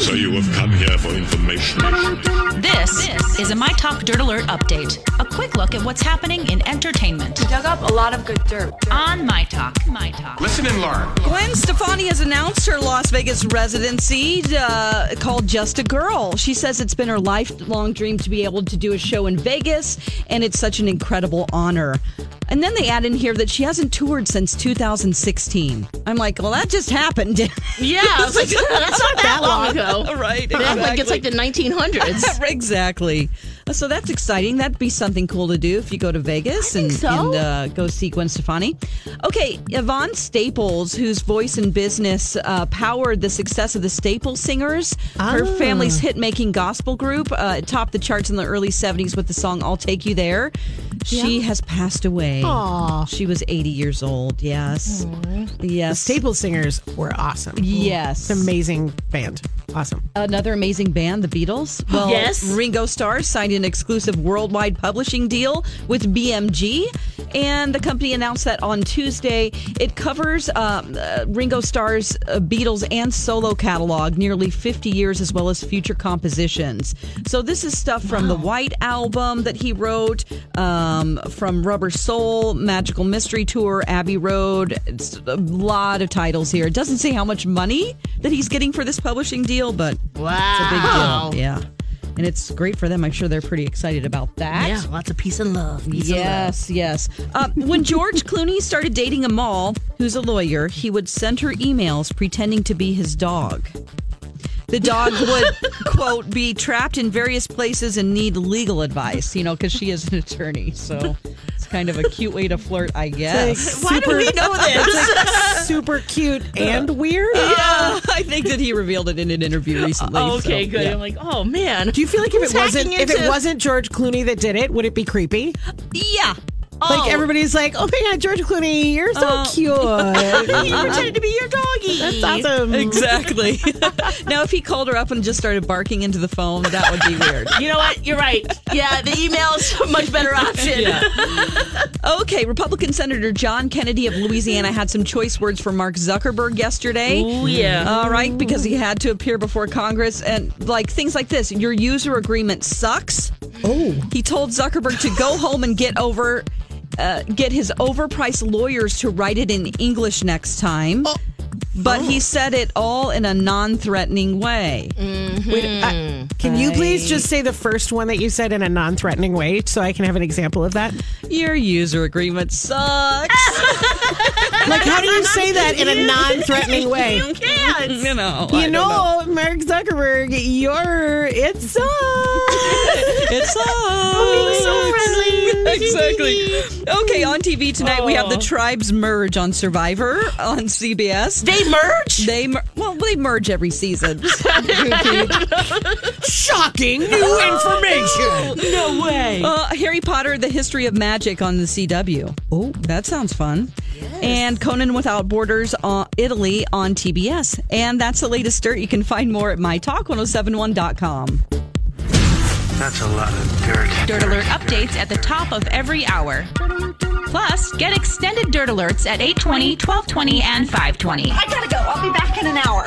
So you have come here for information. This, is a My Talk Dirt Alert update. A quick look at what's happening in entertainment dug up a lot of good dirt. on My Talk. My Talk. Listen and learn. Gwen Stefani has announced her Las Vegas residency uh, called Just a Girl. She says it's been her lifelong dream to be able to do a show in Vegas, and it's such an incredible honor. And then they add in here that she hasn't toured since 2016. I'm like, well, that just happened. Yeah, I was like, that's not that long ago. right. They act like it's like the 1900s. exactly. Uh, So that's exciting. That'd be something cool to do if you go to Vegas I and, think so. and uh, go see Gwen Stefani. Okay, Yvonne Staples, whose voice and business uh, powered the success of the Staples Singers, her family's hit making gospel group, uh, it topped the charts in the early 70s with the song I'll Take You There. She has passed away. Aw. She was 80 years old. Yes. The Yes. Staple Singers were awesome. Yes. It's an amazing band. Awesome. Another amazing band, the Beatles. Well, Yes. Ringo Starr signed an exclusive worldwide publishing deal with BMG, and the company announced that on Tuesday. It covers um, uh, Ringo Starr's uh, Beatles and solo catalog, nearly 50 years, as well as future compositions. So this is stuff from the White Album that he wrote, um, from Rubber Soul, Magical Mystery Tour, Abbey Road. It's a lot of titles here. It doesn't say how much money that he's getting for this publishing deal, but Wow. yeah. And it's great for them. I'm sure they're pretty excited about that. Yeah, lots of peace and love. Peace Yes, yes. Uh, when George Clooney started dating Amal, who's a lawyer, he would send her emails pretending to be his dog. The dog would, quote, be trapped in various places and need legal advice, you know, because she is an attorney. So it's kind of a cute way to flirt, I guess. Why do we know this? Super cute and weird. yeah, I think that he revealed it in an interview recently. love. Okay, so, good. yeah. I'm like, oh man. Do you feel like if Who's it wasn't hacking if it into- wasn't George Clooney that did it, would it be creepy? Yeah. Like Oh. everybody's like, "Oh my god, George Clooney, you're so cute." you pretended to be your doggy. That's awesome. Exactly. now, if he called her up and just started barking into the phone, that would be weird. You know what? You're right. Yeah, the email's a much better option. Okay, Republican Senator John Kennedy of Louisiana had some choice words for Mark Zuckerberg yesterday. Oh yeah. All right, because he had to appear before Congress and like things like this. Your user agreement sucks. Oh, He told Zuckerberg to go home and get over, uh, get his overpriced lawyers to write it in English next time. But he said it all in a non-threatening way. wait, I- can you please just say the first one that you said in a non-threatening way so I can have an example of that? Your user agreement sucks. Like how do you say that in a non-threatening way? You can't. you know, I don't You know, Mark Zuckerberg, you're uh, it sucks. It sucks. exactly. Okay, on TV tonight we have the tribes merge on Survivor on CBS. They merge. They mer- well, they merge every season. Shocking new information. No way. Uh, Harry Potter: The History of Magic on the CW. Oh, that sounds fun. And Conan Without Borders on Italy on TBS. And that's the latest dirt. You can find more at mytalk1071.com. That's a lot of dirt. Dirt Alert updates at the top of every hour. Plus, get extended Dirt Alerts at 820, 1220, and 520. I gotta go. I'll be back in an hour.